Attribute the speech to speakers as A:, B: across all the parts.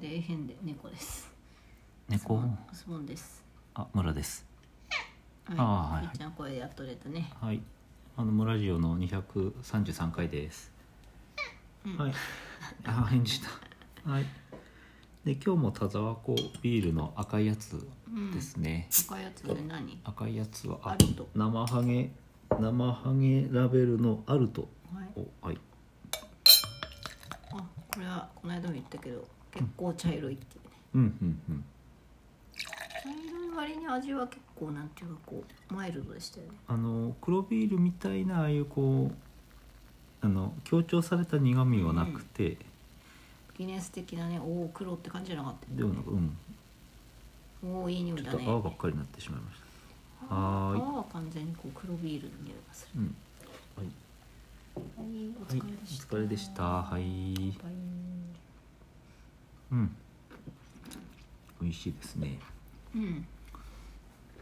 A: 底辺で猫です
B: 猫
A: スポンです
B: あ村です
A: はい
B: ああはい
A: みっちゃん声やっと出たね
B: はいあの村ジオの233回です、
A: うん
B: はいあ返事したはいで今日も田沢湖ビールの赤いやつ
A: うん
B: ですね、
A: 赤いやつで何
B: 赤いやつは
A: アルト
B: 生ハゲ生ハゲラベルのアルト
A: はい
B: おはい
A: あこれはこの間も言ったけど結構茶色いっていうね
B: うんうんうん
A: 茶色い割に味は結構なんていうかこうマイルドでしたよね
B: あの黒ビールみたいなああいうこうあの強調された苦味はなくて、
A: ギネス的なねおお黒って感じじゃなかった
B: でもなんかうん
A: おおいい匂い
B: ちょ
A: だ
B: っと
A: ね
B: 泡ばっかりになってしまいました
A: あ
B: はーい
A: あは完全にこう黒ビールの匂いがする
B: うんはい
A: はいお
B: はい
A: 疲れでした、
B: お疲れでしたはい
A: バイ
B: うん美味しいですね
A: うん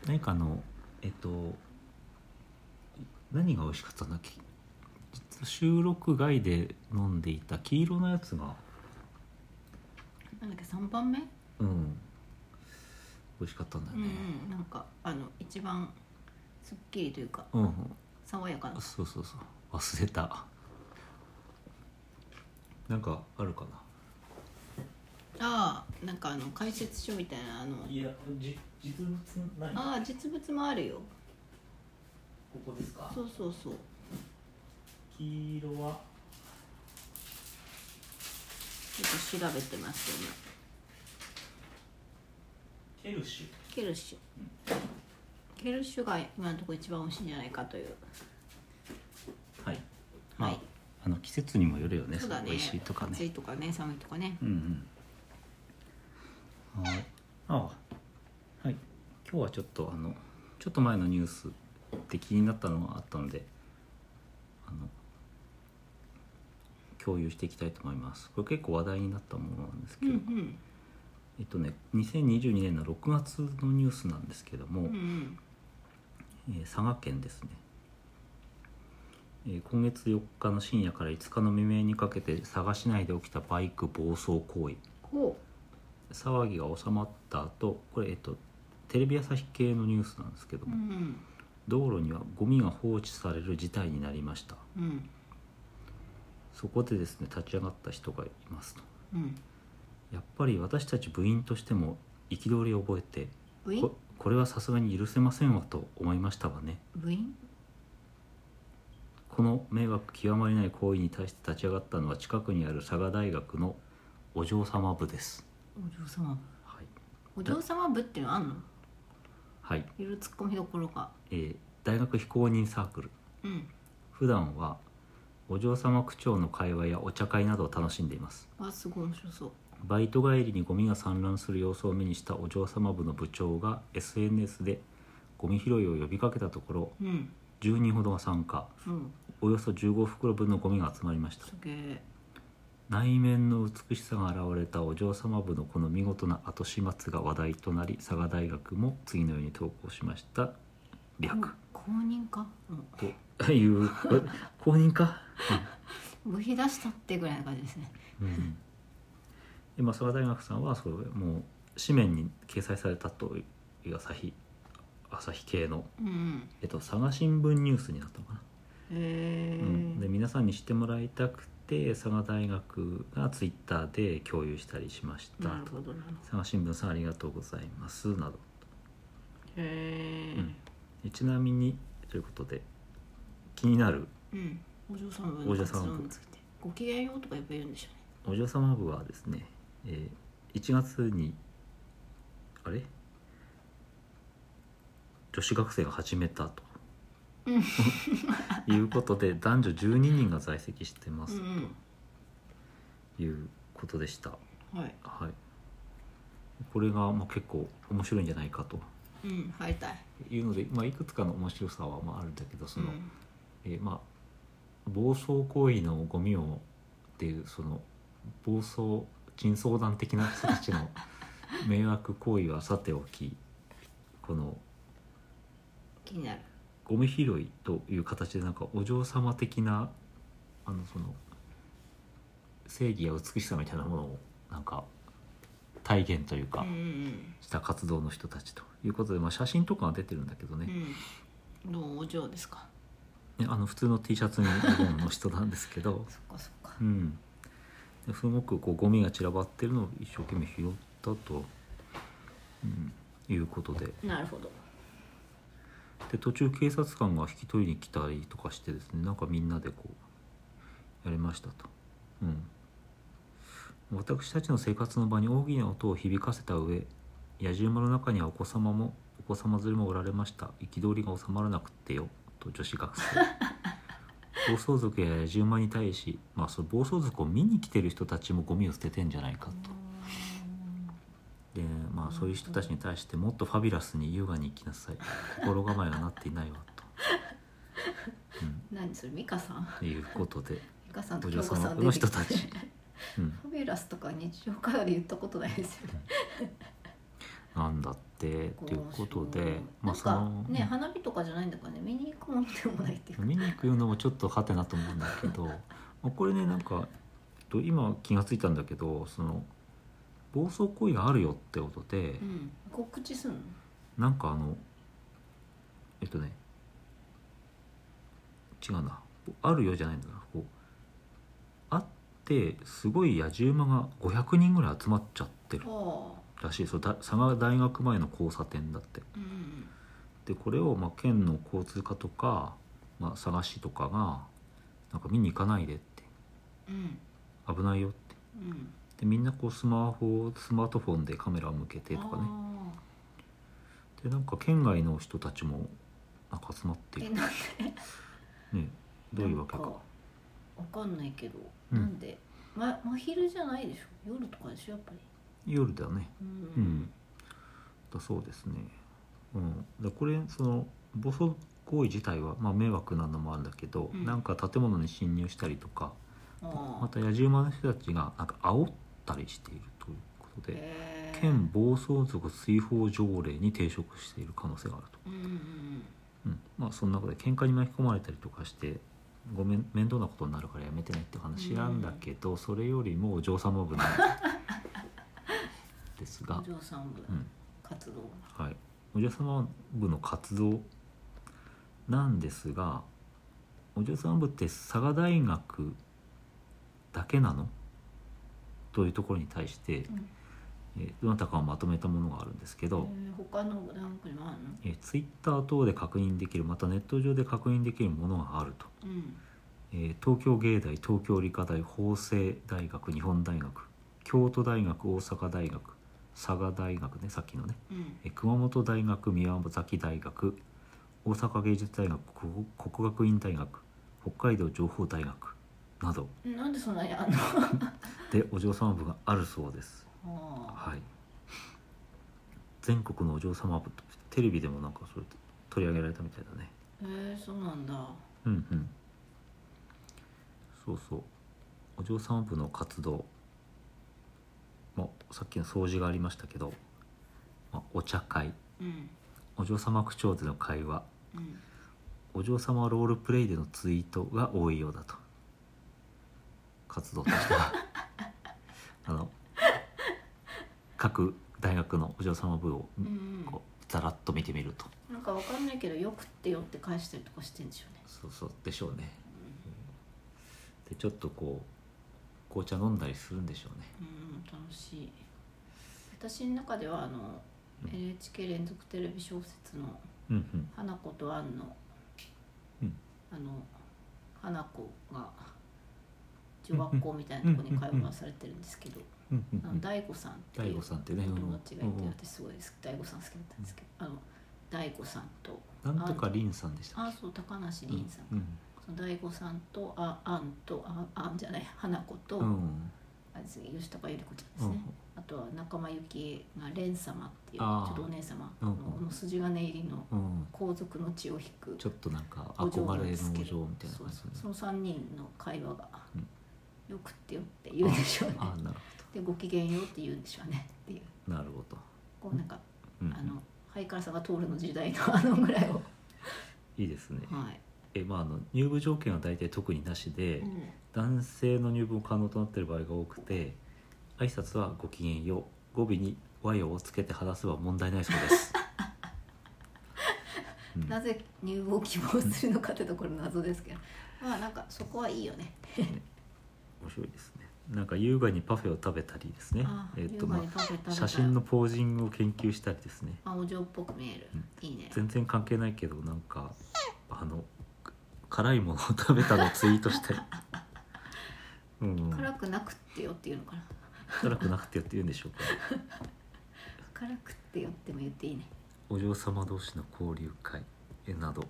B: 何かあのえっと何が美味しかったんだっけ実は収録外で飲んでいた黄色のやつが
A: なんだっけ三番目
B: うん美味しかったんだよ
A: うん
B: ね、
A: うんなんかあの一番すっきりというか
B: うん、
A: 爽やかな
B: そうそうそう忘れたなんかあるかな
A: ああなんかあの解説書みたいなあの
B: いやじ実物ない
A: ああ実物もあるよ
B: ここですか
A: そうそうそう
B: 黄色は
A: ちょっと調べてますよね
B: ケルシュ
A: ケルシュケルシュが今のところ一番美味しいんじゃないかという
B: はいまあ,、
A: はい
B: あの季節にもよるよね
A: そうだね
B: 美味しいとかね
A: 暑いとかね寒いとかね
B: うんうんはいああはい今日はちょっとあのちょっと前のニュースで気になったのがあったのであの共有していきたいと思いますこれ結構話題になったものなんです
A: う
B: け
A: ん
B: ど、
A: うん
B: えっとね2022年の6月のニュースなんですけども、
A: うんうん
B: えー佐賀県ですね、えー今月4日の深夜から5日の未明にかけて佐賀市内で起きたバイク暴走行為
A: こ
B: 騒ぎが収まった後これえっとテレビ朝日系のニュースなんですけど
A: うう
B: も、
A: ん
B: 道路にはゴミが放置される事態になりました
A: うんうん
B: そこでですね立ち上がった人がいますと
A: うん
B: やっぱり私たち部員としても憤りを覚えて
A: 部員
B: ここれはさすがに許せませんわと思いましたわね
A: 部員
B: この迷惑極まりない行為に対して立ち上がったのは近くにある佐賀大学のお嬢様部です
A: お嬢様部
B: はい、
A: お嬢様部っていうのあんの
B: はい
A: いろいろツッコミどころが
B: えー大学非公認サークル
A: うん
B: 普段はお嬢様区長の会話やお茶会などを楽しんでいます
A: あすごい面白そう
B: バイト帰りにゴミが散乱する様子を目にしたお嬢様部の部長が SNS でゴミ拾いを呼びかけたところ
A: うん
B: 10人ほどが参加
A: うん
B: およそ15袋分のゴミが集まりました
A: すげえ
B: 内面の美しさが現れたお嬢様部のこの見事な後始末が話題となり佐賀大学も次のように投稿しました略
A: 公認かうん
B: と いう公認か
A: 部費出したってぐらいの感じですね
B: うん、でまあ、佐賀大学さんはそうもう紙面に掲載されたという朝日朝日系の、
A: うんうん
B: えっと、佐賀新聞ニュースになったのかな、
A: へえ
B: うん、で皆さんに知ってもらいたくて佐賀大学がツイッターで共有したりしました
A: なる
B: と
A: ほどなるほど
B: 佐賀新聞さんありがとうございますなど
A: へえ
B: でちなみにということで気になる
A: うん、お嬢さん分の活動についてごきげんようとかやっぱ言うんでしょ
B: お嬢様部はですね、えー1月にあれ女子学生が始めたと、
A: うん
B: いうことで男女12人が在籍してま
A: うね
B: すということでした、
A: うんはい
B: はい、これがまあ結構面白いんじゃないかと
A: うん入りたい
B: いうので、まあ、いくつかの面白さはまああるんだけどその、
A: うん
B: えーまあ暴走行為のゴミをっていうその暴走人相談的な人たちの迷惑行為はさておきこの
A: 気になる
B: ゴミ拾いという形でなんかお嬢様的なあのその正義や美しさみたいなものをなんか体現というか、
A: うんうん
B: した活動の人たちということで、まあ、写真とかは出てるんだけど
A: う
B: ね、
A: んうんのお嬢ですか
B: ねあの普通の T シャツにズボンの人なんですけど
A: そっかそっか
B: うんですごくこうゴミが散らばってるのを一生懸命拾ったと、うん、いうことで
A: なるほど
B: で途中警察官が引き取りに来たりとかしてですねなんかみんなでこうやりましたと、うん、私たちの生活の場に大きな音を響かせた上野次馬の中にはお子様もお子様連れもおられました憤りが収まらなくってよと女子学生暴走族や野次馬に対し、まあ、その暴走族を見に来てる人たちもゴミを捨ててんじゃないかとでまあそういう人たちに対してもっとファビュラスに優雅に生きなさい心構えがなっていないわと、うん、
A: 何それ美香さん
B: ということで
A: 美香さんと
B: お
A: 京
B: 嬢
A: 子さ
B: 様
A: ん
B: の人
A: 出てき
B: た
A: て
B: ち、うん、
A: ファビュラスとか日常会話で言ったことないですよね
B: なんだってということでま
A: な
B: あ
A: ん
B: そ
A: か
B: の、
A: ね花火とかじゃないんだからね見に行くものでもないっていうか
B: 見に行くのもちょっとはてなと思うんだけどまあこれねなんかえっと今気がついたんだけどその暴走行為があるよってことで、
A: うん告知すんの
B: なんかあのえっとね違うなあるよじゃないんだなこうあってすごい野じ馬が500人ぐらい集まっちゃってる
A: ああ
B: らしいそうだ佐賀大学前の交差点だって
A: うんうん
B: でこれをまあ県の交通課とか、まあ、佐賀市とかがなんか見に行かないでって
A: うん
B: 危ないよって
A: うん
B: でみんなこうスマホスマートフォンでカメラを向けてとかねでなんか県外の人たちもなんか集まって
A: あ
B: い
A: ー
B: る
A: えなんで
B: ねどういうわけか
A: なんわかんないけど、
B: うん
A: なんで、ま、真昼じゃないでしょ夜とかでしょやっぱり
B: 夜だね
A: う
B: うんんだそうですねうんでこれその暴走行為自体は、まあ、迷惑なのもあるんだけど、
A: うん
B: なんか建物に侵入したりとか
A: あ
B: また野じ馬の人たちがなんか煽ったりしているということで
A: へー
B: 県暴走族追放条例に抵触している可能性があると、
A: うんうんうん
B: うん、まあその中で喧嘩に巻き込まれたりとかしてごめん面倒なことになるからやめてねって話なんだけど、それよりもお嬢様部なんですが
A: お、嬢さん部
B: うん、
A: 活動
B: はい、お嬢様部の活動なんですがお嬢様部って佐賀大学だけなのというところに対して、
A: ん
B: えーどなたかをまとめたものがあるんですけど、
A: えー他のなんかにもあるの
B: えツイッター Twitter 等で確認できるまたネット上で確認できるものがあると、
A: うん
B: えー東京芸大東京理科大法政大学日本大学京都大学大阪大学佐賀大学ねさっきのね
A: うん
B: えー熊本大学宮崎大学大阪芸術大学国国学院大学北海道情報大学など
A: なんでそんなにあんの
B: でお嬢様部があるそうです、
A: あ
B: はい、全国のお嬢様部とテレビでもなんかそれ取り上げられたみたいだね
A: ーへえそうなんだ
B: うんうんそうそうお嬢様部の活動もさっきの掃除がありましたけど、まあ、お茶会
A: うん
B: お嬢様口調での会話
A: うん
B: お嬢様ロールプレイでのツイートが多いようだと活動としては あの各大学のお嬢様部を
A: うんうん
B: こうざらっと見てみると
A: なんかわかんないけどよくってよって返したりとかしてんでしょうね
B: そうそうでしょうねでちょっとこう紅茶飲んだりするんでしょうね
A: うん楽しい私の中ではあの
B: うん
A: NHK 連続テレビ小説の
B: うんうん
A: 「花子とアンの」
B: うん
A: あの花子が女学校みたいなところに会話されてるんですけど
B: うんうんう
A: あの
B: ん
A: 大悟さんって
B: 大
A: いう
B: 悟さんってねうん
A: 友達がいて
B: うん
A: 私すごいです大悟さん好きだったんですけどあの大悟さんと
B: なんとかりんさんでした
A: あそう高梨凛さん
B: う
A: か
B: ん
A: その大悟さんとあアンとあアンじゃない花子と、
B: うん
A: あ次吉高由里子ちゃんで
B: う
A: す
B: ん
A: ね、あとは仲間由紀恵が蓮様っていうち
B: あー
A: ょっとお姉様
B: うん
A: の,、の筋金入りの
B: うん
A: 皇族の血を引く
B: ちょっとなんか
A: お嬢
B: 憧
A: なん
B: れ
A: です
B: の
A: け
B: お
A: ど
B: 嬢みたいな
A: そ
B: 感
A: う
B: じ
A: そう
B: です
A: そ
B: ね
A: の3人の会話が、
B: うん
A: よくってよって言うでしょうね
B: あなる
A: でご機嫌ようって言うんでしょうねっていう
B: ほどなるほど
A: こうなんか、
B: うん
A: あのハイカラさんが通るの時代のあのぐらいを
B: いいですね
A: はい、
B: えまあ、あの入部条件は大体特になしで、
A: うん
B: 男性の入部も可能となっている場合が多くて挨拶はごきげんよう語尾に和洋をつけて話せば問題ないそう です、うん
A: なぜ入部を希望するのかってところ謎ですけどまあなんかそこはいいよね
B: 面白いですねなんか優雅にパフェを食べたりですね
A: あ
B: えっ
A: 優
B: と
A: 雅
B: ま
A: にパフェ食べた
B: あ写真のポージングを研究したりですね
A: あお嬢っぽく見える、
B: うん
A: いいね
B: 全然関係ないけどなんかあの辛いものを食べたのをツイート したりうん
A: 辛くなくってよっていうのかな
B: 辛くなくてやって言うんでしょうか
A: 辛くってよっても言っていいね
B: お嬢様同士の交流会など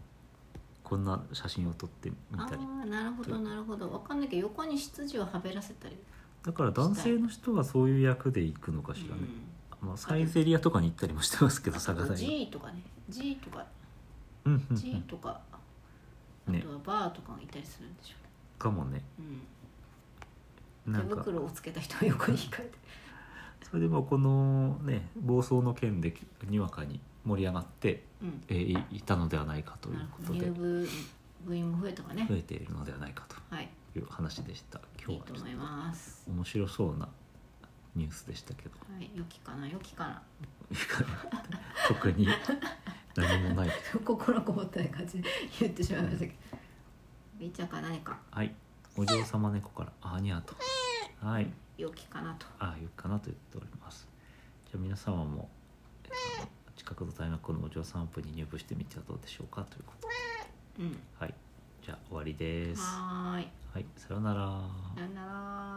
B: こんな写真を撮ってみ
A: あ
B: たり
A: あーなるほどなるほどわかんないけど横に羊をはべらせたり
B: だから男性の人はそういう役で行くのかしらね、まあ、サイゼリアとかに行ったりもしてますけど佐賀
A: うん、
B: 大
A: G とかね G とか
B: うんうんうん
A: G とか、
B: ね
A: あとはバーとかがいたりするんでしょ
B: かもね
A: うね、うん、
B: なん
A: 手
B: か
A: 袋をつけた人を横に控えて
B: それでもこのね暴走の件でにわかに盛り上がって、
A: うん
B: えーいいたのではないかという
A: なる
B: こ
A: ほど
B: とで
A: 入部部員も増えたかね
B: 増えているのではないか
A: はい
B: という話でした
A: い
B: 今
A: い
B: 日は
A: と
B: ちょっ
A: 思います
B: と面白そうなニュースでしたけど
A: はい良きかな良きかな
B: 特に何もない
A: 心こもったい感じで言ってしまいましたけどみーちゃんか何か
B: はいお嬢様猫からあにゃとはい
A: 良きかなと
B: ああいうかなと言っておりますじゃあ皆様もあの近くの大学のお嬢さん部に入部してみてはどうでしょうかということで
A: うん
B: はいじゃあ終わりです
A: はーい
B: はいさようなら
A: さよなら